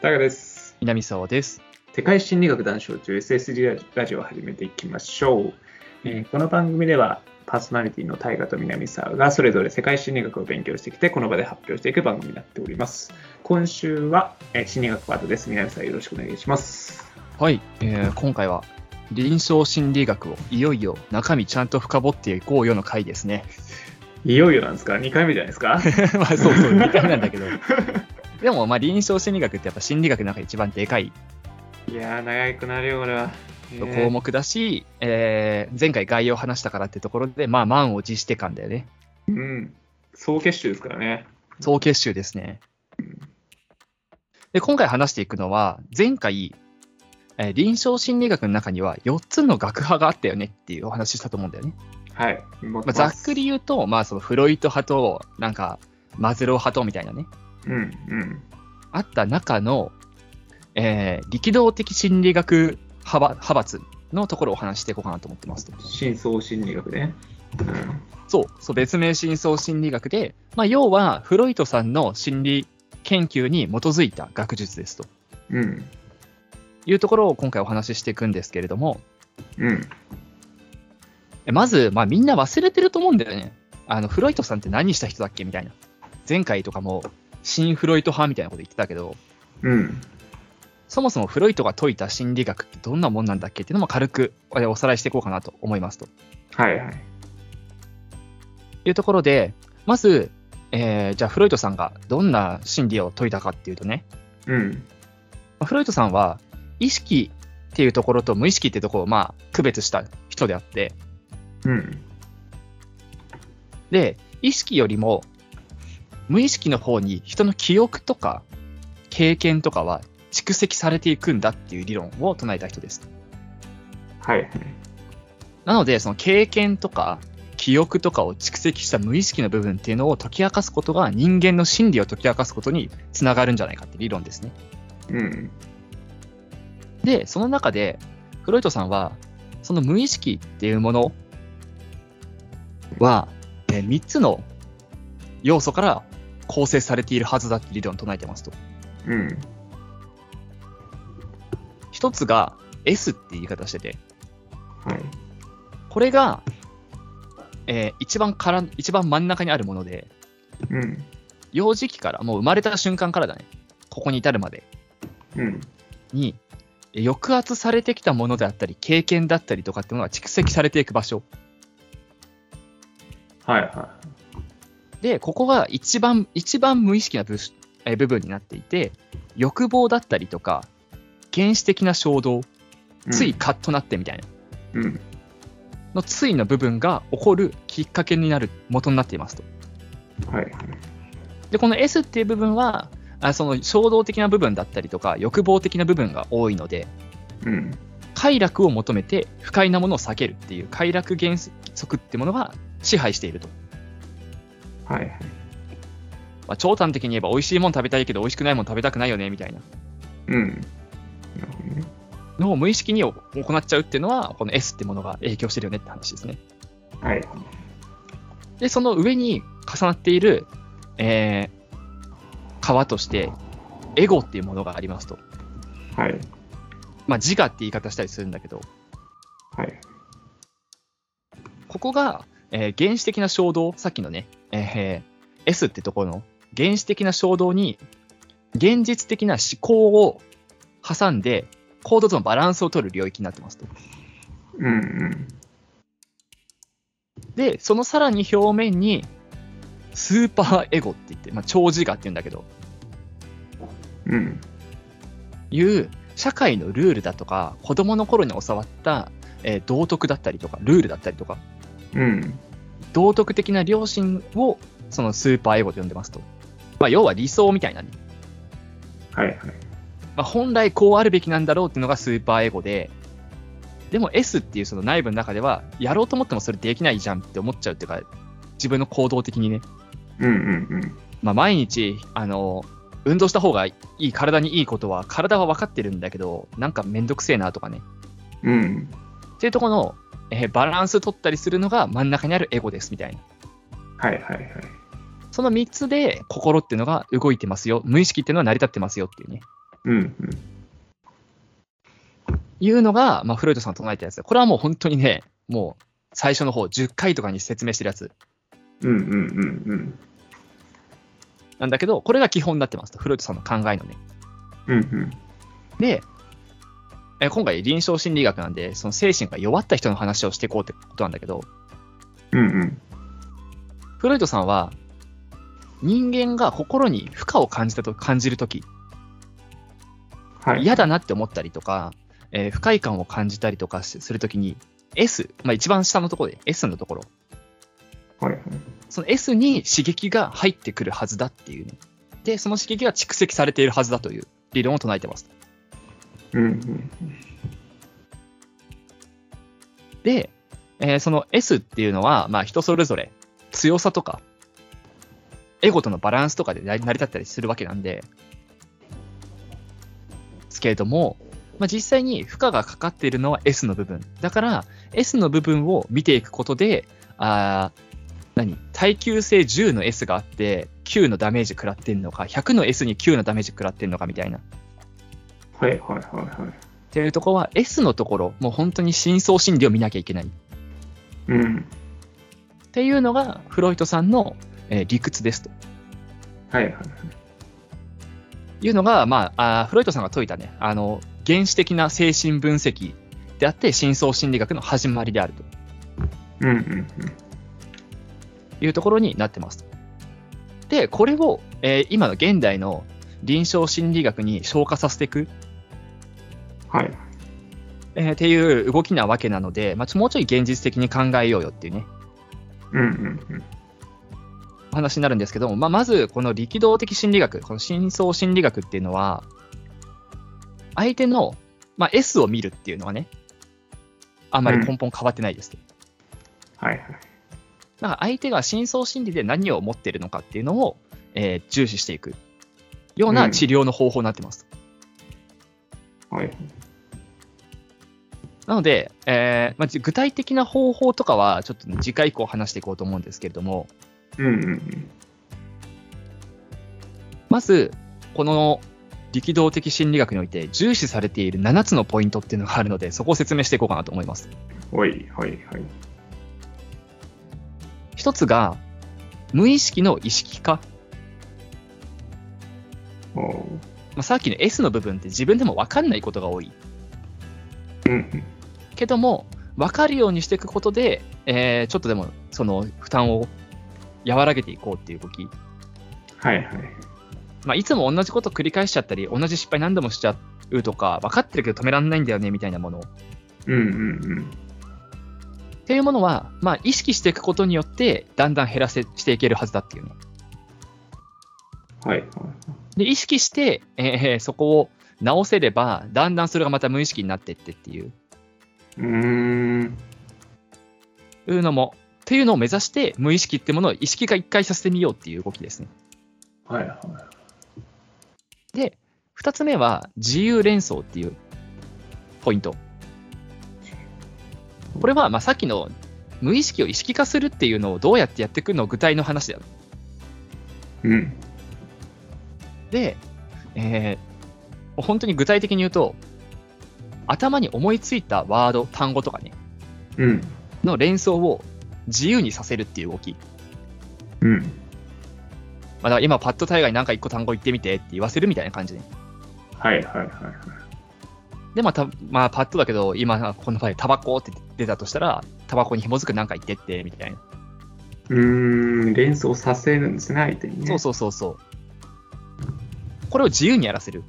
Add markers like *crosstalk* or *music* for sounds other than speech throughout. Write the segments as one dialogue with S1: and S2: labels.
S1: タカです。
S2: 南沢です。
S1: 世界心理学談笑中 SSD ラジオを始めていきましょう、えーこの番組ではパーソナリティの大河と南沢がそれぞれ世界心理学を勉強してきてこの場で発表していく番組になっております。今週は、えー心理学ワードです。南沢よろしくお願いします。
S2: はい、えー今回は臨床心理学をいよいよ中身ちゃんと深掘っていこうよの回ですね。 *laughs*
S1: いよいよなんですか ?2 回目じゃないですか *laughs*
S2: まあそうそう、みたいなんだけ *laughs* ど。でもまあ臨床心理学ってやっぱ心理学の中で一番でかい
S1: いやー、長くなるよ、俺は。
S2: 項目だし、えー前回概要話したからってところで、まあ満を持して感だよね。
S1: えーうん。総結集ですからね。
S2: 総結集ですね。で、今回話していくのは、前回、えー臨床心理学の中には4つの学派があったよねっていうお話ししたと思うんだよね。
S1: はい。持
S2: まあ、ざっくり。言うと、まあ、そのフロイト派と、なんか、マズロー派とみたいなね、
S1: うん、うん。
S2: あった中の、えー力道的心理学派閥派閥のところをお話ししていこうかなと思ってますと。
S1: 深層心理学ね。うん
S2: そう、そう別名深層心理学で、まあ、要は、フロイトさんの心理研究に基づいた学術ですと
S1: うん。
S2: いうところを今回お話ししていくんですけれども、
S1: うん。
S2: えまず、まあ、みんな忘れてると思うんだよね。あの、フロイトさんって何した人だっけみたいな。前回とかも、新フロイト派みたいなこと言ってたけど、
S1: うん。
S2: そもそもフロイトが解いた心理学ってどんなもんなんだっけっていうのも軽くえーおさらいしていこうかなと思いますと
S1: はいはい。
S2: いうところで、まず、えーじゃあフロイトさんがどんな心理を解いたかっていうとね、
S1: うん。
S2: まあフロイトさんは意識っていうところと無意識っていうところをまあ区別した人であって、
S1: うん。
S2: で、意識よりも無意識の方に人の記憶とか経験とかは蓄積されていくんだっていう理論を唱えた人です。
S1: はいはい。
S2: なので、その経験とか記憶とかを蓄積した無意識の部分っていうのを解き明かすことが人間の心理を解き明かすことにつながるんじゃないかって理論ですね。
S1: うん。
S2: で、その中で、フロイトさんは、その無意識っていうものは、3つの要素から構成されているはずだって理論を唱えてますと。
S1: うん。
S2: 1つが S って言い方してて、
S1: はい。
S2: これが、えー一番から、一番真ん中にあるもので、
S1: うん。
S2: 幼児期から、もう生まれた瞬間からだね、ここに至るまで
S1: うん。
S2: に、え抑圧されてきたものであったり、経験だったりとかっていうのが蓄積されていく場所。
S1: はいは
S2: で、ここが一番、一番無意識な部しえ部分になっていて、欲望だったりとか、原始的な衝動、
S1: い。
S2: つい。カッとなってみたいな、
S1: うん。
S2: のついの部分が起こるきっかけになる元になっていますと。
S1: はいはい。
S2: で、この S っていう部分は、あその衝動的な部分だったりとか、欲望的な部分が多いので、
S1: うん。
S2: 快楽を求めて不快なものを避けるっていう快楽原則ってものが支配していると、
S1: はいはい。
S2: まあ、長短的に言えば美味しいもの食べたいけど美味しくないもの食べたくないよねみたいな
S1: うん。なるほどね。
S2: のを無意識に行っちゃうっていうのはこの S ってものが影響してるよねって話ですね
S1: はい。
S2: でその上に重なっている、えー、皮としてエゴっていうものがありますと、
S1: はい。
S2: まあ、自我って言い方したりするんだけど
S1: はい。
S2: ここが、えー原始的な衝動、さっきのね、えーえー S ってところの原始的な衝動に、現実的な思考を挟んで、行動とのバランスを取る領域になってますと。
S1: うんうん。
S2: で、そのさらに表面に、スーパーエゴって言って、まあ、超自我って言うんだけど、
S1: うん。
S2: いう社会のルールだとか、子供の頃に教わった、えー道徳だったりとか、ルールだったりとか、
S1: うん。
S2: 道徳的な良心を、そのスーパーエゴと呼んでますと。まあ、要は理想みたいなね。
S1: はいはい。
S2: まあ、本来こうあるべきなんだろうっていうのがスーパーエゴで、でも S っていうその内部の中では、やろうと思ってもそれできないじゃんって思っちゃうっていうか、自分の行動的にね、
S1: うんうん
S2: まあ、毎日、あの、運動した方がいい、体にいいことは、体は分かってるんだけど、なんかめんどくせえなとかね。
S1: うん。うん。
S2: っていうところの、えーバランス取ったりするのが真ん中にあるエゴですみたいな。
S1: はいはいはい。
S2: その3つで心っていうのが動いてますよ。無意識っていうのは成り立ってますよっていうね。
S1: うんうん。
S2: いうのが、まあ、フロイトさんが唱えたやつで、これはもう本当にね、もう最初の方、10回とかに説明してるやつ
S1: うんうんうん
S2: なんだけど、これが基本になってますと、フロイトさんの考えのね。
S1: うん。うんうん。
S2: で、え今回臨床心理学なんで、その精神が弱った人の話をしていこうってことなんだけど、
S1: うんうん。
S2: フロイトさんは、人間が心に負荷を感じたと感じるとき、
S1: はい。
S2: 嫌だなって思ったりとか、えー不快感を感じたりとかしするときに、S、まあ、一番下のところで S のところ、
S1: はいはい。
S2: その S に刺激が入ってくるはずだっていうね。で、その刺激が蓄積されているはずだという理論を唱えてます。
S1: うんうん。
S2: で、えーその S っていうのは、まあ、人それぞれ強さとか、エゴとのバランスとかで成り成り立ったりするわけなんで、ですけれども、まあ、実際に負荷がかかっているのは S の部分。だから、S の部分を見ていくことで、あー何耐久性10の S があって、9のダメージ食らってんのか、100の S に9のダメージ食らってんのかみたいな。っ
S1: はいはいはいはい。
S2: ていうところは、S のところ、もう本当に深層心理を見なきゃいけない。
S1: うん。
S2: っていうのがフロイトさんの、えー理屈ですと
S1: はいはい。
S2: いうのが、まあ、あーフロイトさんが説いたねあの原始的な精神分析であって深層心理学の始まりであると
S1: うんうん
S2: いうところになってます。でこれを、えー今の現代の臨床心理学に昇華させていく、
S1: うん。はい。
S2: えーっていう動きなわけなので、まあ、ちょもうちょい現実的に考えようよっていうね
S1: うんうんうん。
S2: お話になるんですけども、まあ、まずこの力道的心理学、この深層心理学っていうのは、相手の、まあ、S を見るっていうのはね、あんまり根本変わってないですけど、
S1: はいはい。
S2: だから相手が深層心理で何を持ってるのかっていうのを、えー重視していくよう
S1: う
S2: なん治療の方法になってます。
S1: はいはい。
S2: なので、えーまあ、じ具体的な方法とかは、ちょっとね、次回以降話していこうと思うんですけれども、
S1: うんうんうん。
S2: まず、この力道的心理学において重視されている7つのポイントっていうのがあるので、そこを説明していこうかなと思います。
S1: はいはいはい。
S2: 一つが、無意識の意識化。
S1: おー
S2: まあ、さっきの S の部分って自分でも分かんないことが多い。
S1: うんうん。
S2: けども、分かるようにしていくことで、えーちょっとでもその負担を和らげていこうっていう動き。
S1: はいはい。
S2: まあ、いつも同じこと繰り返しちゃったり、同じ失敗何度もしちゃうとか、分かってるけど止められないんだよねみたいなもの
S1: うんうん
S2: っていうものは、まあ、意識していくことによって、だんだん減らせしていけるはずだっていうの。
S1: うん。はいはい。
S2: で、意識して、えーそこを直せれば、だんだんそれがまた無意識になってってっていう
S1: うーん。
S2: いうのも、っていうのを目指して、無意識ってものを意識化一回させてみようっていう動きですね。
S1: はいはい。
S2: で、二つ目は、自由連想っていうポイント。これは、まあ、さっきの無意識を意識化するっていうのをどうやってやっていくの具体の話だよ
S1: うん。
S2: で、えーもう本当に具体的に言うと、頭に思いついたワード、単語とかね、
S1: うん。
S2: の連想を自由にさせるっていう動き。ま
S1: うん。
S2: あ、だから今、パッドタイガーになんか一個単語言ってみてって言わせるみたいな感じで。
S1: はいはいはいはい。
S2: で、まあ、たまあ、パッドだけど、今、この場合、タバコって出たとしたら、タバコに紐づくなんか言ってって、みたいな。
S1: うーん。連想させるんですね、相手にね。
S2: そうそうそうそう。これを自由にやらせる。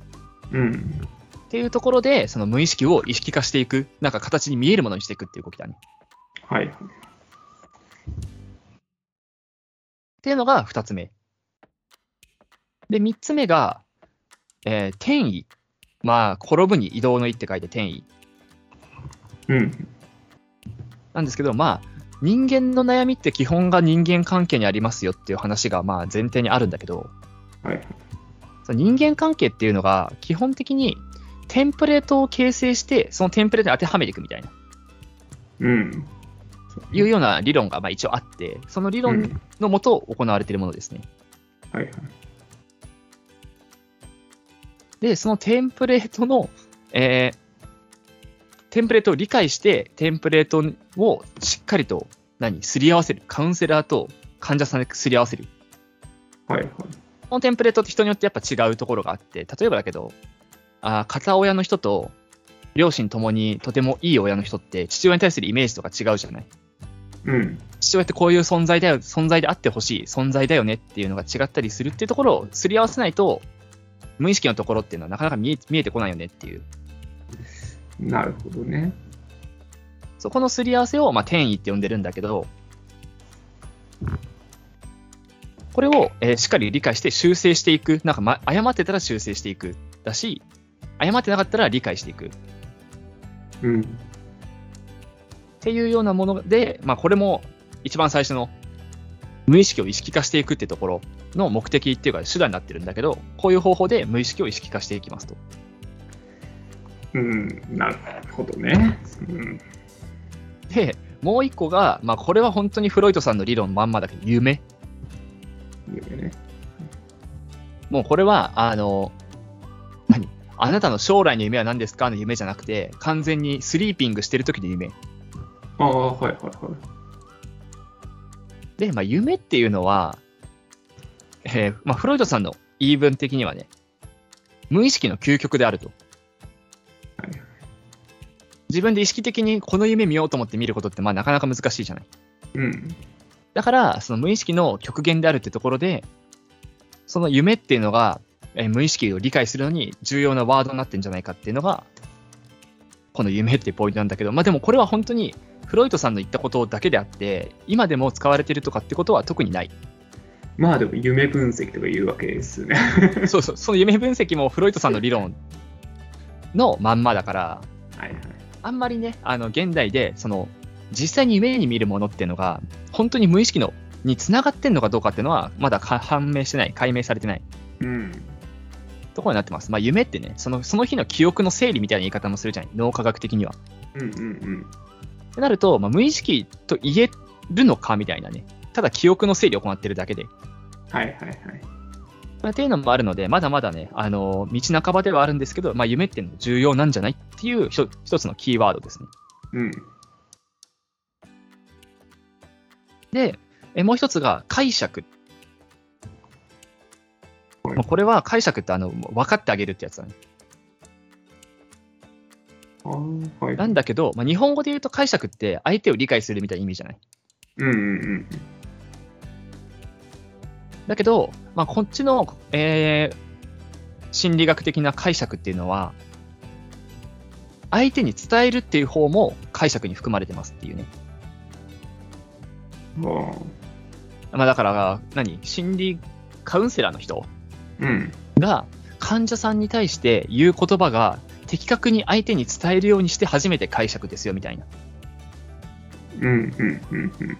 S1: う。うん。
S2: っていうところで、その無意識を意識化していく、なんか形に見えるものにしていくっていう動きだね。
S1: はいはい。
S2: っていうのが2つ目。で、3つ目が、えー転移。まあ、転ぶに移動の移って書いて転移。
S1: うん。
S2: なんですけど、まあ、人間の悩みって基本が人間関係にありますよっていう話が、まあ、前提にあるんだけど、
S1: はいはい。
S2: その人間関係っていうのが、基本的にテンプレートを形成して、そのテンプレートに当てはめていくみたいな、
S1: うん。
S2: いうような理論が、まあ、一応あって、その
S1: う
S2: 理
S1: ん
S2: 論のもと行われているものですね。
S1: はいはい。
S2: で、そのテンプレートの、えーテンプレートを理解して、テンプレートをしっかりと、何、すり合わせる。カウンセラーと患者さんですり合わせる。
S1: はいはい。
S2: このテンプレートって人によってやっぱ違うところがあって、例えばだけど、あー片親の人と両親ともにとてもいい親の人って父親に対するイメージとか違うじゃない
S1: うん。
S2: 父親ってこういう存在だよ、存在であってほしい、存在だよねっていうのが違ったりするっていうところをすり合わせないと、無意識のところっていうのはなかなか見え見えてこないよねっていう。
S1: なるほどね。
S2: そこのすり合わせを、まあ、転移って呼んでるんだけど、これを、えーしっかり理解して修正していく。なんか、ま、誤ってたら修正していく。だし、誤ってなかったら理解していく。っ
S1: うん。
S2: ていうようなもので、まあ、これも一番最初の無意識を意識化していくってところの目的っていうか手段になってるんだけど、こういう方法で無意識を意識化していきますと。
S1: うん。なるほどね。うん。
S2: で、もう一個が、まあ、これは本当にフロイトさんの理論まんまだけど、夢。
S1: 夢ね。
S2: もうこれは、あの、何あなたの将来の夢は何ですかの夢じゃなくて、完全にスリーピングしてる時の夢。
S1: ああ、はいはいはい。
S2: で、まあ、夢っていうのは、えーまあ、フロイドさんの言い分的にはね、無意識の究極であると
S1: はい。
S2: 自分で意識的にこの夢見ようと思って見ることって、まあ、なかなか難しいじゃない。
S1: うん。
S2: だから、その無意識の極限であるってところで、その夢っていうのが、えー無意識を理解するのに重要なワードになってんじゃないかっていうのが、この夢っていうポイントなんだけど、まあでもこれは本当にフロイトさんの言ったことだけであって、今でも使われてるとかってことは特にない。
S1: まあでも夢分析とか言うわけですね。
S2: そうそう、その夢分析もフロイトさんの理論のまんまだから、
S1: はいはい。
S2: あんまりね、あの、現代で、その、実際に夢に見るものっていうのが、本当に無意識の、につながってんのかどうかっていうのは、まだか判明してない、解明されてない。
S1: うん。
S2: ところになってます。まあ、夢ってねその、その日の記憶の整理みたいな言い方もするじゃない、脳科学的には。
S1: うんうん
S2: ってなると、まあ、無意識と言えるのかみたいなね、ただ記憶の整理を行ってるだけで。
S1: うん。はいはいはい。
S2: まあ、っていうのもあるので、まだまだね、あのー道半ばではあるんですけど、まあ、夢っていうのも重要なんじゃないっていうひと一つのキーワードですね。
S1: うん。
S2: で、えもう一つが解釈。
S1: はい
S2: まあこれは解釈ってあの分かってあげるってやつだね。
S1: ああ、はい。
S2: なんだけど、まあ、日本語で言うと解釈って相手を理解するみたいな意味じゃない。
S1: うんうんうん。
S2: だけど、まあ、こっちの、えー心理学的な解釈っていうのは、相手に伝えるっていう方も解釈に含まれてますっていうね。
S1: ああ。
S2: まあ、だから、何心理カウンセラーの人
S1: うん。
S2: が患者さんに対して言う言葉が的確に相手に伝えるようにして初めて解釈ですよみたいな。
S1: うんうんうんうん。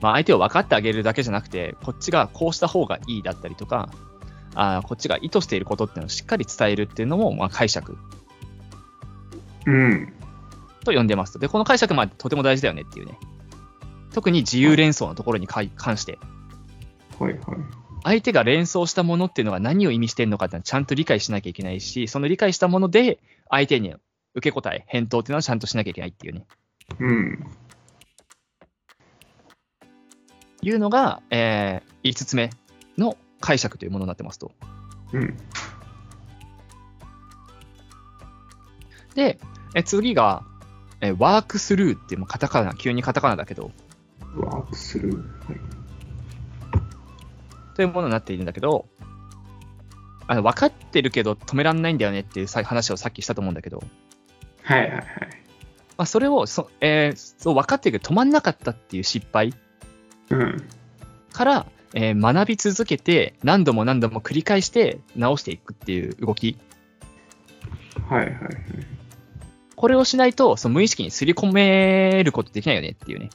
S2: まあ、相手を分かってあげるだけじゃなくて、こっちがこうした方がいいだったりとか、あーこっちが意図していることっていうのをしっかり伝えるっていうのも、まあ、解釈
S1: うん。
S2: と呼んでますと。で、この解釈、まあ、とても大事だよねっていうね。特に自由連想のところにかい関して、
S1: はいはい。
S2: 相手が連想したものっていうのが何を意味してるのかっていうのはちゃんと理解しなきゃいけないし、その理解したもので、相手に受け答え、返答っていうのはちゃんとしなきゃいけないっていうね。
S1: うん。
S2: いうのが、えー、5つ目の解釈というものになってますと。
S1: うん。
S2: で、え次が、えワークスルーっていう、まあカタカナ、急にカタカナだけど、
S1: ワークする。はい
S2: というものになっているんだけど、あの分かってるけど止めらんないんだよねっていうさ話をさっきしたと思うんだけど、
S1: はいはいはい。
S2: まあ、それをそ、えーそう分かってるけど止まんなかったっていう失敗
S1: うん。
S2: から、えー学び続けて何度も何度も繰り返して直していくっていう動き
S1: はいはいはい。
S2: これをしないとその無意識にすり込めることできないよねっていうね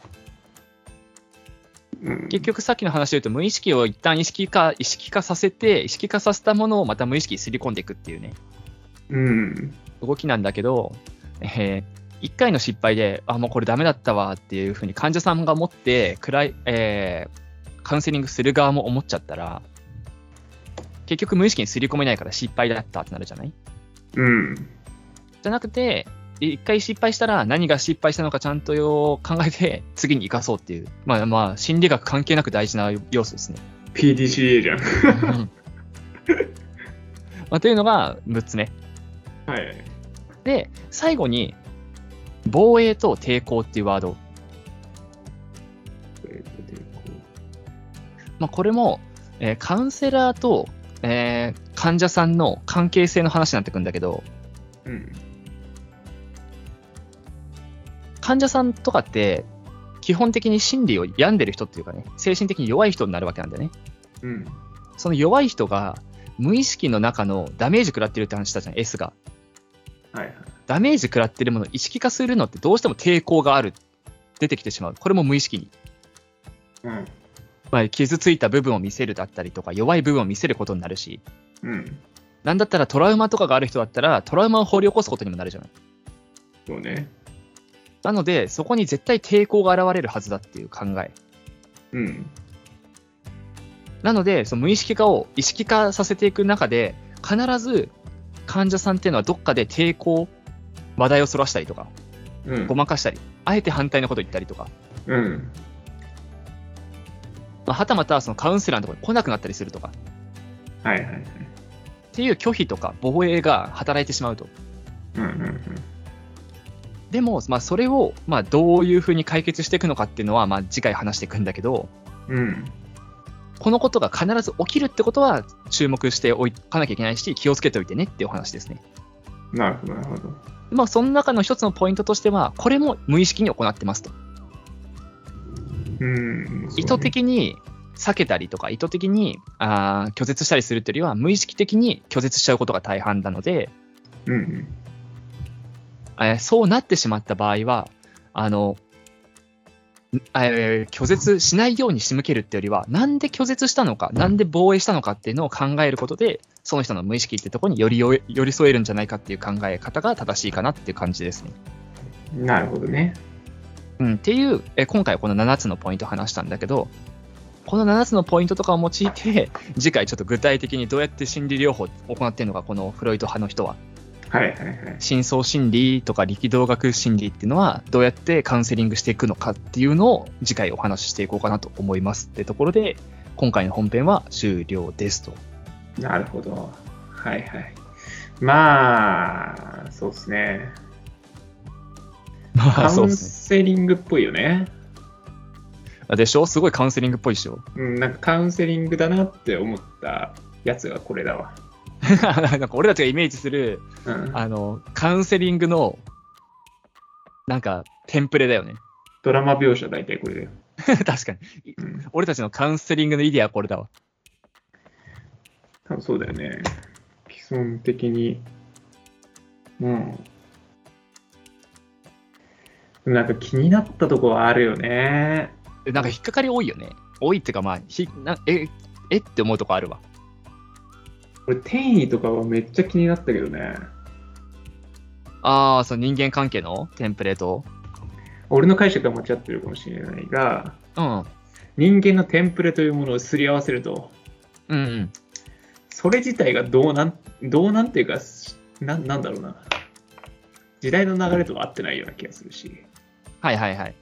S1: うん。
S2: 結局さっきの話で言うと無意識を一旦意識化意識化させて意識化させたものをまた無意識にすり込んでいくっていうね
S1: うん。
S2: 動きなんだけど、え1回の失敗で、あ、もうこれダメだったわっていうふうに患者さんが思って、暗い、えーカウンセリングする側も思っちゃったら、結局無意識に刷り込めないから失敗だったってなるじゃない
S1: うん。
S2: じゃなくて、一回失敗したら何が失敗したのかちゃんとよ考えて次に生かそうっていう、まあまあ心理学関係なく大事な要素ですね。
S1: PDCA じゃん。
S2: うんまあ、というのが6つ目。
S1: はい。
S2: で、最後に、防衛と抵抗っていうワード。
S1: えっとでこ
S2: まあ、これも、えーカウンセラーと、えー患者さんの関係性の話になってくるんだけど、
S1: ううん。
S2: 患者さんとかって、基本的に心理を病んでる人っていうかね、精神的に弱い人になるわけなんだよね。
S1: うん。
S2: その弱い人が無意識の中のダメージ食らってるって話したじゃん、S が。
S1: はいはい。
S2: ダメージ食らってるものを意識化するのってどうしても抵抗がある。出てきてしまう。これも無意識に。
S1: うん。
S2: まあ、傷ついた部分を見せるだったりとか、弱い部分を見せることになるし、
S1: うん。
S2: なんだったらトラウマとかがある人だったら、トラウマを掘り起こすことにもなるじゃない。
S1: そうね。
S2: なので、そこに絶対抵抗が現れるはずだっていう考え。
S1: うん。
S2: なので、その無意識化を意識化させていく中で、必ず患者さんっていうのはどっかで抵抗、話題をそらしたりとか、
S1: うん
S2: ご。まかしたり、あえて反対のこと言ったりとか、
S1: うん。
S2: まあ、はたまたそのカウンセラーのところに来なくなったりするとか、
S1: はいはいはい。
S2: っていう拒否とか防衛が働いてしまうと。
S1: うんうん
S2: でも、まあ、それを、まあ、どういうふうに解決していくのかっていうのは、まあ、次回話していくんだけど、
S1: うん。うん。
S2: このことが必ず起きるってことは注目しておかなきゃいけないし、気をつけておいてねっていうお話ですね。
S1: なるほどなるほど。
S2: まあ、その中の一つのポイントとしては、これも無意識に行ってますと。
S1: うん。
S2: 意図的に避けたりとか、意図的にあー拒絶したりするというよりは、無意識的に拒絶しちゃうことが大半なので、
S1: そうね。うん
S2: えーそうなってしまった場合は、あの、んえー拒絶しないように仕向けるってよりは、なんで拒絶したのか、なんで防衛したのかっていうのを考えることで、その人の無意識ってところによりよ寄り添えるんじゃないかっていう考え方が正しいかなっていう感じですね。
S1: うん。なるほどね。
S2: うん、っていう、えー今回はこの7つのポイントを話したんだけど、この7つのポイントとかを用いて、 *laughs* 次回ちょっと具体的にどうやって心理療法を行ってるのか、このフロイト派の人は。
S1: はいはいはい。
S2: 深層心理とか力道学心理っていうのはどうやってカウンセリングしていくのかっていうのを次回お話ししていこうかなと思いますってところで今回の本編は終了ですと。
S1: なるほど。はいはい。まあ、そうですね。
S2: ま
S1: カ
S2: あそう
S1: ウ
S2: で
S1: ン
S2: す
S1: セリングっぽいよね。
S2: ね。でしょすごいカウンセリングっぽいでしょ
S1: うん、なんかカウンセリングだなって思ったやつがこれだわ。
S2: *laughs* なんか俺たちがイメージする
S1: うん、
S2: あのカウンセリングのなんかテンプレだよね。
S1: ドラマ描写大体これだよ。
S2: *laughs* 確かに。
S1: うん、
S2: 俺たちのカウンセリングのイデアはこれだわ。
S1: 多分そうだよね。既存的に。うん。でもなんか気になったとこはあるよね。
S2: でなんか引っかかり多いよね。多いっていうかまあひなええって思うとこあるわ。
S1: 俺、転移とかはめっちゃ気になったけどね。
S2: ああ、その人間関係のテンプレート
S1: 俺の解釈が間違ってるかもしれないが、
S2: うん。うん
S1: 人間のテンプレというものをすり合わせると、
S2: うん。
S1: それ自体がどうなん、どうなんていうか、しななんだろうな。時代の流れとは合ってないような気がするし、
S2: はいはいはい。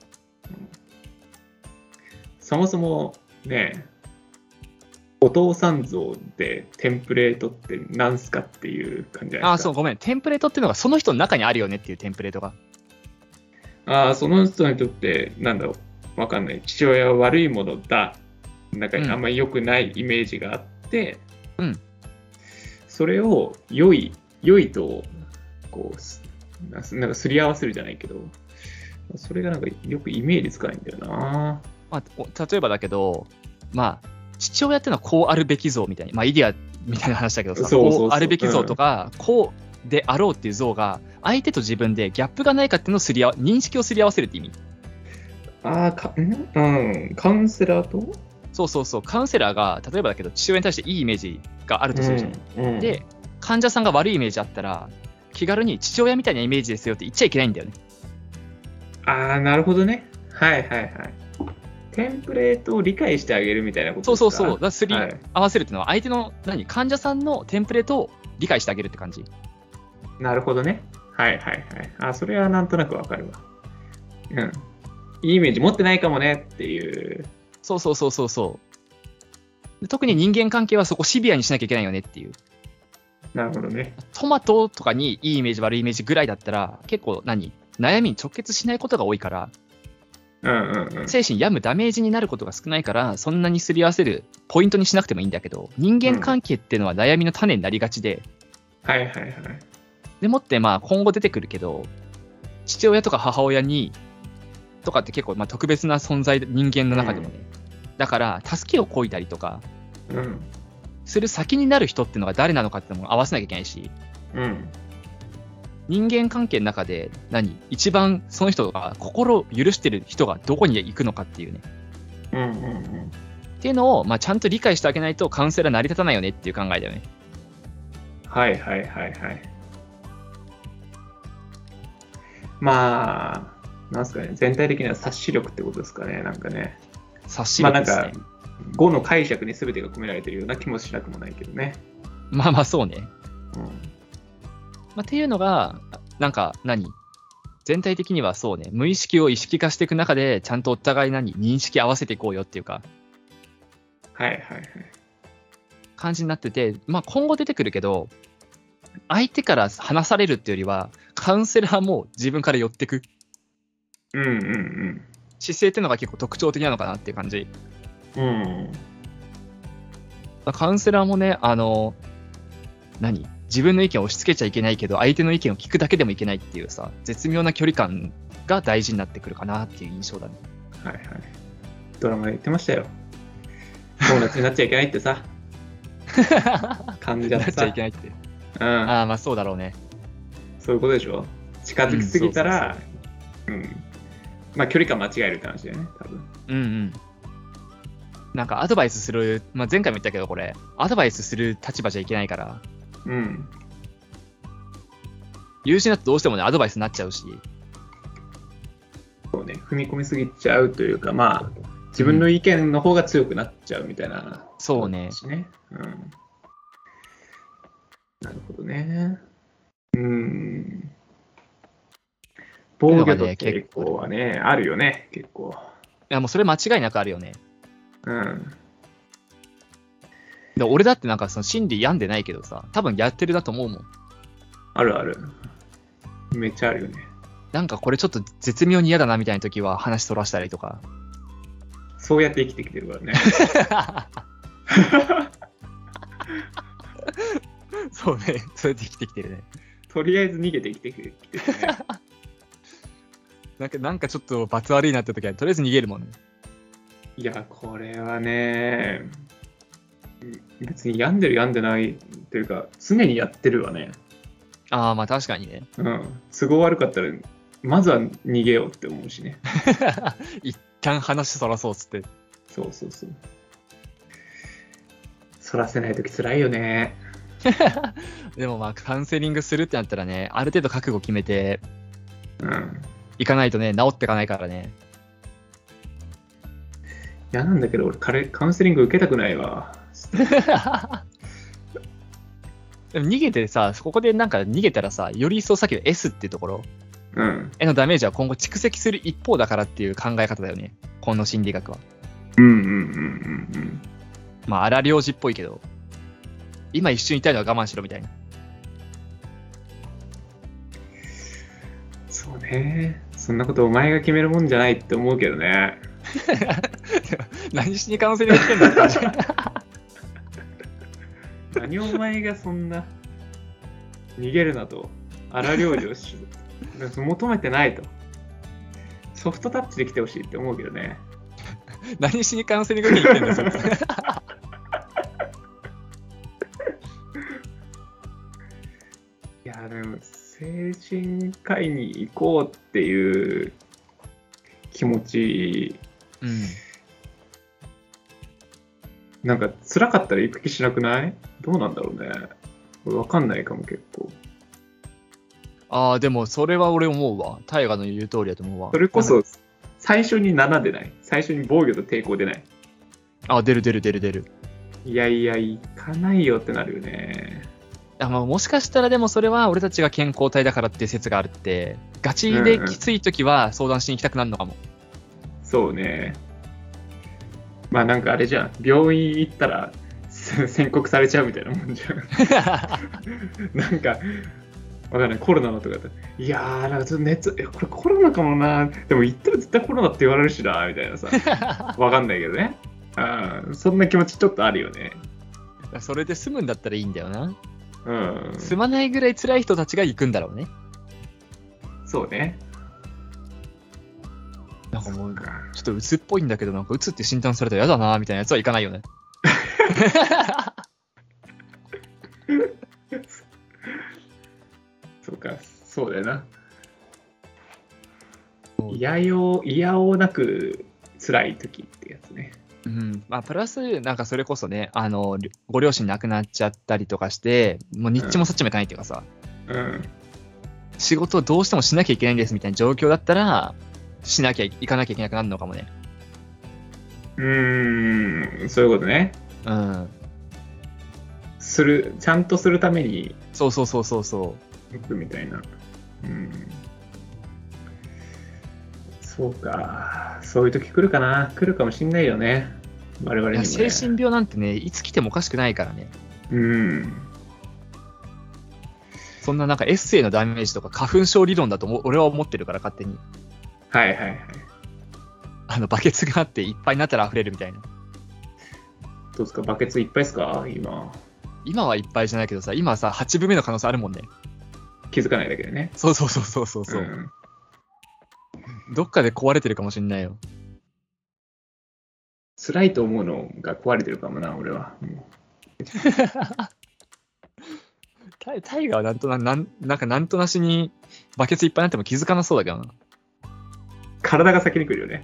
S1: そもそもね、お父さん像でテンプレートってなんすかっていう感じじゃないですか。
S2: ああ、そう、ごめん。テンプレートっていうのがその人の中にあるよねっていうテンプレートが。
S1: ああ、その人にとって、なんだろう、わかんない。父親は悪いものだ。なんか
S2: うん
S1: あんまり良くないイメージがあって、
S2: うん
S1: それを良い、良いと、こうす、ななんかすり合わせるじゃないけど、それがなんかよくイメージつかないんだよな。
S2: まあ、お例えばだけど、まあ、父親ってのはこうあるべき像みたいに、まあ、イディアみたいな話だけどさ、
S1: そうそうそう
S2: こうあるべき像とか、こうであろうっていう像が、相手と自分でギャップがないかっていうのをすり合わ認識をすり合わせるって意味。
S1: ああ、か、んうん、カウンセラーと
S2: そうそうそう、カウンセラーが、例えばだけど、父親に対していいイメージがあるとするじゃない。
S1: うん、
S2: で、患者さんが悪いイメージあったら、気軽に父親みたいなイメージですよって言っちゃいけないんだよね。
S1: ああ、なるほどね。はいはいはい。テンプレートを理解してあげるみたいなこと
S2: そ
S1: で
S2: う
S1: す
S2: そう
S1: か
S2: そう。だからスリー
S1: はい
S2: 合わせるっていうのは、相手の、何、患者さんのテンプレートを理解してあげるって感じ。
S1: なるほどね。はいはいはい。あ、それはなんとなくわかるわ。うん。いいイメージ持ってないかもねっていう。
S2: そうそうそうそうそう。で特に人間関係はそこシビアにしなきゃいけないよねっていう。
S1: なるほどね。
S2: トマトとかにいいイメージ悪いイメージぐらいだったら、結構何悩みに直結しないことが多いから、
S1: うんうんうん。
S2: 精神病むダメージになることが少ないから、そんなにすり合わせるポイントにしなくてもいいんだけど、人間関係っていうのは悩みの種になりがちで、
S1: はいはいはい。
S2: でもってまあ今後出てくるけど、父親とか母親に、とかって結構まあ特別な存在で、人間の中でもね。だから、助けをこいたりとか、
S1: うん。
S2: する先になる人っていうのが誰なのかっていうのも合わせなきゃいけないし、
S1: うん。
S2: 人間関係の中で何一番その人が心を許してる人がどこに行くのかっていうね
S1: うんうんうん。
S2: っていうのを、まあ、ちゃんと理解してあげないとカウンセラー成り立たないよねっていう考えだよね
S1: はいはいはいはい。まあ、なんすかね。全体的には察し力ってことですかね。なんかね。
S2: 察し力です
S1: まあな
S2: ね
S1: ん語の解釈に全てが込められてるような気もしなくもないけどね。
S2: まあまあそうね、
S1: うん。
S2: まあ、っていうのがなんか何全体的にはそうね無意識を意識化していく中でちゃんとお互い何認識合わせていこうよっていうか
S1: はいはいはい。
S2: 感じになってて、まあ、今後出てくるけど相手から話されるっていうよりはカウンセラーも自分から寄ってく
S1: うんうん
S2: 姿勢っていうのが結構特徴的なのかなっていう感じ
S1: うん。うん。
S2: カウンセラーもね、あの、何自分の意見を押し付けちゃいけないけど、相手の意見を聞くだけでもいけないっていうさ、絶妙な距離感が大事になってくるかなっていう印象だね。
S1: はいはい。ドラマで言ってましたよ。友達になっちゃいけないって
S2: *laughs*
S1: さ、患者
S2: なっ
S1: と
S2: ち *laughs* ゃい
S1: さ
S2: け、ないって。
S1: うん、
S2: ああ、まあそうだろうね。
S1: そういうことでしょ。近づきすぎたら、うん、まあ距離感間違えるって話だよね、多分。
S2: うんうん。なんかアドバイスする、まあ、前回も言ったけどこれ、アドバイスする立場じゃいけないから、
S1: うん、
S2: 友人だとどうしてもね、アドバイスになっちゃうし、
S1: そうね、踏み込みすぎちゃうというか、まあ、自分の意見の方が強くなっちゃうみたいな、
S2: そうね。
S1: ね。うん。なるほどね。うん。防御と抵抗はね、あるよね、結構。
S2: いやもうそれ間違いなくあるよね。
S1: うん。
S2: で俺だってなんかその心理病んでないけどさ、多分やってるだと思うもん。
S1: あるある。めっちゃあるよね。
S2: なんかこれちょっと絶妙に嫌だなみたいな時は話そらしたりとか。
S1: そうやって生きてきてるからね。
S2: *laughs* そうね、 *laughs* そうやって生きてきてるね。
S1: とりあえず逃げて生きてきてる
S2: *laughs*
S1: ね。
S2: なんかなんかちょっと罰悪いなって時はとりあえず逃げるもんね。
S1: いや、これはね、うん別に病んでる病んでないというか、常にやってるわね。
S2: ああ、まあ確かにね。
S1: うん。都合悪かったら、まずは逃げようって思うしね。
S2: *laughs* 一旦話そらそうっつって。
S1: そうそうそう。そらせないときつらいよね。
S2: でもまあカウンセリングするってなったらね、ある程度覚悟決めて
S1: うん。
S2: いかないとね、治っていかないからね。
S1: いやなんだけど、俺カレ、カウンセリング受けたくないわ。
S2: でも逃げてさ、ここでなんか逃げたらさ、より一層さっきの S っていうところ
S1: うん。
S2: へのダメージは今後蓄積する一方だからっていう考え方だよね。この心理学は。
S1: うんうんうんうんうん。
S2: まあ、荒領事っぽいけど、今一瞬痛いのは我慢しろみたいな。 *laughs*
S1: そうね。そんなことお前が決めるもんじゃないって思うけどね。
S2: 何しにカウンセリングしてんだって感じ。
S1: 何お前がそんな、逃げるなと、荒料理をし、 *laughs* 求めてないと。ソフトタッチで来てほしいって思うけどね。
S2: 何しにカウンセリングに行ってんだよそれ、
S1: いや、でも、精神科医に行こうっていう気持ち、
S2: うん。
S1: なんか辛かったら行く気しなくないどうなんだろうね。俺わかんないかも結構。
S2: ああ、でもそれは俺思うわ。大河の言う通りだと思うわ。
S1: それこ
S2: なんか。
S1: そ、最初に7出ない。最初に防御と抵抗出ない。
S2: あ、出る出る出る出る。
S1: いやいや、いかないよってなるよね。
S2: あまあ、もしかしたらでもそれは俺たちが健康体だからっていう説があるって、ガチできつい時は相談しに行きたくなるのかも。 *laughs*
S1: そうね。まあなんかあれじゃん。病院行ったら *laughs* せ宣告されちゃうみたいなもんじゃん。なんか、わかんない、コロナのとかだったらいやー、なんかちょっと熱、いやこれコロナかもな、でも言ったら絶対コロナって言われるしな、みたいなさ、
S2: *laughs*
S1: わかんないけどね。うん、そんな気持ちちょっとあるよね。
S2: それで済むんだったらいいんだよな。
S1: うん、
S2: 済まないぐらい辛い人たちが行くんだろうね。
S1: そうね。
S2: なんかもう、ちょっと鬱っぽいんだけど、なんか鬱って診断されたら嫌だな、みたいなやつは行かないよね。
S1: そうか、そうだよな
S2: そ。う
S1: いやよう、いやおうなく辛い時ってやつね。
S2: うん。まあ、プラス、なんかそれこそね、あの、ご両親亡くなっちゃったりとかして、もうニッチもそっちもいかないっていうかさ、
S1: うん、
S2: 仕事をどうしてもしなきゃいけないんですみたいな状況だったら、しなきゃい、行かなきゃいけなくなるのかもね。
S1: うーん、そういうことね。
S2: うん。
S1: する、ちゃんとするために
S2: そうそうそうそうそう。
S1: 行くみたいな。うん。そうか。そういう時来るかな。来るかもしんないよね。我々
S2: い
S1: にも、
S2: や
S1: ね。
S2: 精神病なんてね、いつ来てもおかしくないからね。
S1: うん。
S2: そんななんかエッセイのダメージとか花粉症理論だとも俺は思ってるから勝手に。
S1: はいはいはい。
S2: あの、バケツがあっていっぱいになったら溢れるみたいな。
S1: どうですかバケツいっぱいですか今。
S2: 今はいっぱいじゃないけどさ、今はさ、8分目の可能性あるもんね。
S1: 気づかないだけでね。
S2: そうそうそうそうそう。うんどっかで壊れてるかもしんないよ。
S1: 辛いと思うのが壊れてるかもな、俺は。も
S2: タイタイガーはなんとな、なんなんかなんとなしにバケツいっぱいになっても気づかなそうだけどな。
S1: う体が先に来るよ
S2: *laughs*
S1: ね。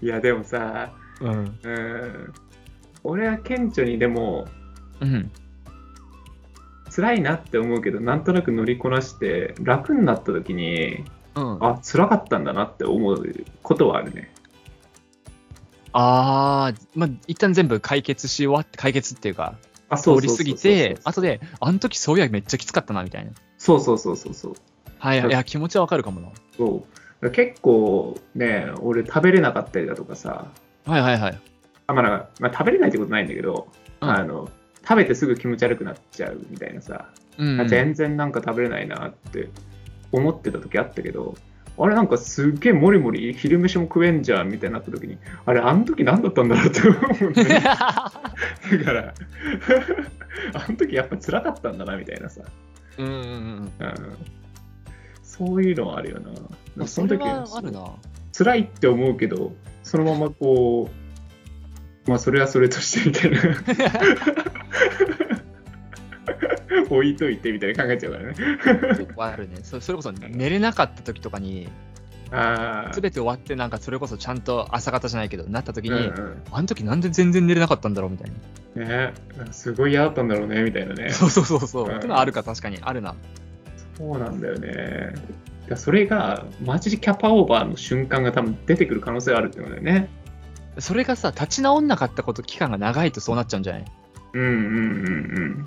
S1: いや、でもさ、
S2: うん。
S1: うん。俺は顕著にでも、
S2: うん。
S1: 辛いなって思うけどなんとなく乗りこなして楽になった時に
S2: うん、あ
S1: あ辛かったんだなって思うことはあるね
S2: あー、まあ、一旦全部解決し終わって、解決っていうか、
S1: あ
S2: 通り過ぎて、
S1: あ
S2: 後で、あの時そういやめっちゃきつかったな、みたいな。
S1: そうそうそうそうそう
S2: はい、い
S1: そう
S2: や、気持ちはわかるかもな。
S1: そうだから結構ね俺食べれなかったりだとかさ
S2: はいはいはい。
S1: あ、まあなんかまあ、食べれないってことないんだけど、
S2: うん
S1: あの食べてすぐ気持ち悪くなっちゃうみたいなさ、
S2: うん、
S1: あ全然なんか食べれないなって思ってた時あったけどあれなんかすっげえもりもり昼飯も食えんじゃんみたいになった時にあれあの時何だったんだろうって思うんだよねだから *laughs* あの時やっぱ辛かったんだなみたいなさ、
S2: *laughs* うんうんうん
S1: うん、そういうのはあるよなな
S2: う
S1: ん
S2: ん。
S1: か
S2: それ
S1: 時
S2: はあるな。
S1: 辛いって思うけどそのままこう *laughs* まあそれはそれとしてみたいな *laughs* 置いといてみたいな考えちゃうからね
S2: 結構あるね。そそれこそ寝れなかった時とかに、
S1: あ
S2: すべて終わって、なんかそれこそちゃんと朝方じゃないけど、なった時
S1: あ、
S2: に、
S1: うん
S2: あの時なんで全然寝れなかったんだろうみたいな。
S1: うん、ねなんかすごい嫌だったんだろうねみたいなね
S2: そうそうそうそう。
S1: うん
S2: ってのはあるか、確かに。あるな。
S1: そうなんだよねだからそれがマジでキャパオーバーの瞬間が多分出てくる可能性があるってことだよね
S2: それがさ、立ち直んなかったこと、期間が長いとそうなっちゃうんじゃない
S1: うんうんうんうん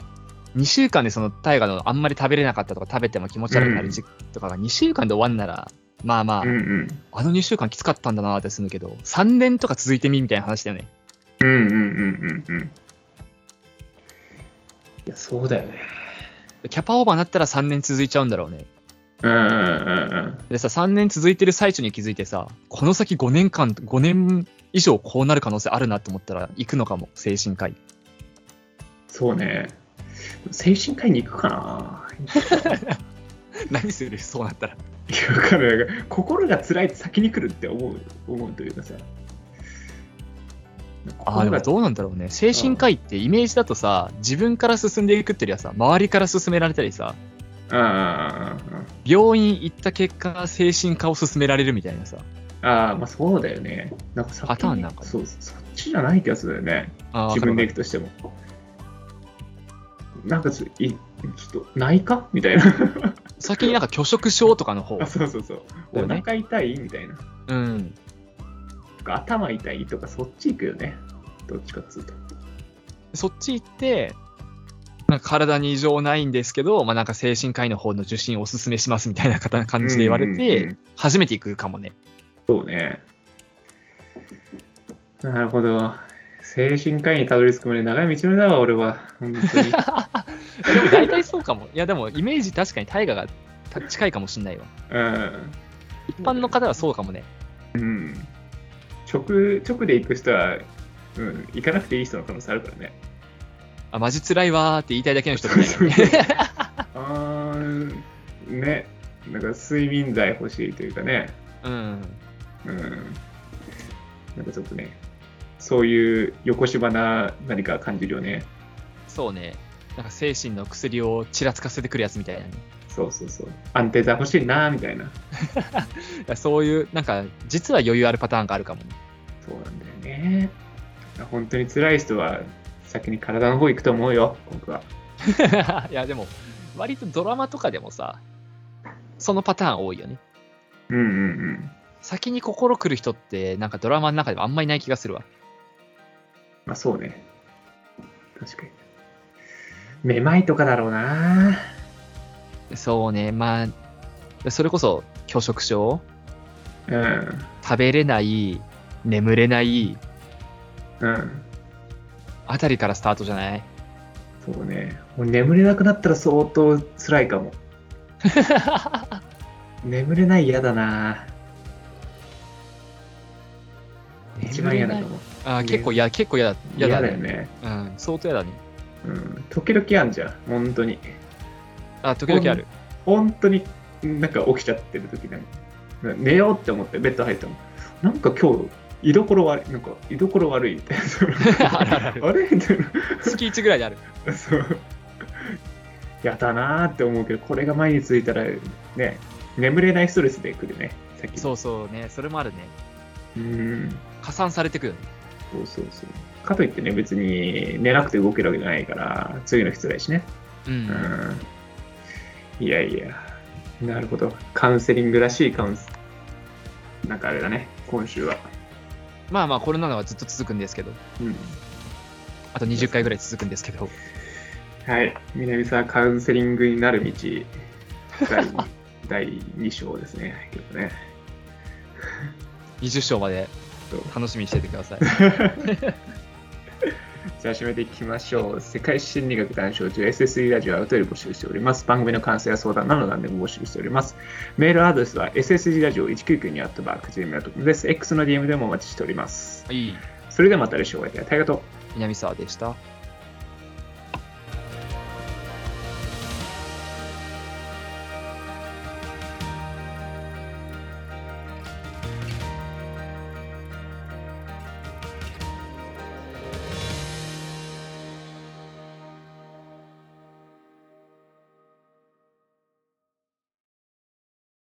S2: ?2 週間でその大河のあんまり食べれなかったとか、食べても気持ち悪くなる時期とかが2週間で終わんなら、まあまあ、
S1: うんうん
S2: あの2週間きつかったんだなーってするけど、3年とか続いてみみたいな話だよね。
S1: うんうんうんうんうんいやそうだよね
S2: キャパオーバーになったら3年続いちゃうんだろうね。
S1: うんうんうんうん
S2: でさ、3年続いてる最中に気づいてさ、この先5年間、5年以上こうなる可能性あるなと思ったら行くのかも、精神科医。 *laughs*
S1: そうね。精神科医に行くかな。
S2: 何するそうなったら。
S1: いやわかんないなんか心が辛いって先に来るって思う、思うというかさ。
S2: ああ、でもどうなんだろうね。精神科医ってイメージだとさ、自分から進んでいくっていうよりはさ、周りから進められたりさ、
S1: ああ
S2: 病院行った結果、精神科を進められるみたいなさ。
S1: あああ、まあそうだよね。なんかさ
S2: パターンなんか
S1: そう、そっちじゃないってやつだよね。
S2: あー
S1: 自分で行
S2: わか
S1: くとしても。なんかちょいちょっと内科みたいな。
S2: 先になんか拒食症とかの方
S1: あ、そうそうそう。
S2: だ
S1: お
S2: よね
S1: 腹痛いみたいな。
S2: うん
S1: とか頭痛いとか、そっち行くよね。どっちかっつうと。
S2: そっち行ってなんか体に異常ないんですけど、まあ、なんか精神科医の方の受診をおすすめしますみたいな方感じで言われ
S1: うんうんう
S2: て
S1: ん
S2: 初めて行くかもね
S1: そうね。なるほど。精神科医にたどり着くまで長い道のりだわ、俺は。本当に。
S2: でも大体そうかもいやでもイメージ確かに大河がた近いかもしんないわ
S1: うん。
S2: *laughs* 一般の方はそうかもね
S1: うん。直、直で行く人は、うん、行かなくていい人の可能性あるから
S2: *laughs*
S1: ね。
S2: あマジ辛いわーって言いたいだけの人みたいなね
S1: あー、ね。なんか睡眠剤欲しいというかね。
S2: *laughs* うん
S1: うん。なんかちょっとね、そういう横芝な何か感じるよね。
S2: そうねなんか精神の薬をちらつかせてくるやつみたいなね
S1: そうそうそう。安定剤欲しいな、みたいな。
S2: いやそういうなんか実は余裕あるパターンがあるかもね *laughs*
S1: そうなんだよね。本当に辛い人は先に体の方行くと思うよ、僕は。
S2: いやでも割とドラマとかでもさそのパターン多いよね
S1: うんうんうん。
S2: 先に心来る人ってなんかドラマの中でもあんまりない気がするわ
S1: まあそうね。確かに。めまいとかだろうな。
S2: そうねまあそれこそ拒食症
S1: うん。
S2: 食べれない眠れない
S1: うん。
S2: あたりからスタートじゃない
S1: そうね。俺眠れなくなったら相当辛いかも。眠れない嫌だな。一番嫌だかも。
S2: あ結構嫌結構嫌だ
S1: 嫌
S2: 嫌だ,、
S1: だよね。
S2: うん相当嫌だね
S1: うん。時々あんじゃん。本当に。
S2: あ時々ある
S1: 本当になんか起きちゃってる時なんか寝ようって思ってベッド入ってもなんか今日居所悪いなんか居所悪いみたいな
S2: *laughs* あるあるある
S1: あれみたい
S2: 月1ぐらいである
S1: なそうやだなーって思うけどこれが毎日続いたらね眠れないストレスで来るねさっき
S2: そうそうねそれもあるね
S1: うん
S2: 加算されてくるよね
S1: そうそうそうかといってね別に寝なくて動けるわけじゃないから次の日辛いしね
S2: うん
S1: うんいやいや、なるほど。カウンセリングらしいカウンセなんかあれだね、今週は。
S2: まあまあコロナのはずっと続くんですけど
S1: うん、
S2: あと20回ぐらい続くんですけど
S1: はい、南沢カウンセリングになる道、第第2章ですね。結構ね
S2: 20章まで
S1: そう
S2: 楽しみにしててください。
S1: じゃあ締めていきましょう。世界史心理学談笑中 SSE ラジオはお便り募集しております。番組の感想や相談など何でも募集しております。メールアドレスは SSE ラジオ199にあったバーク Gmail.com です。X の DM でもお待ちしております。
S2: はい、
S1: それではまた来週お会いいたい。ありがとう。
S2: 南沢でした。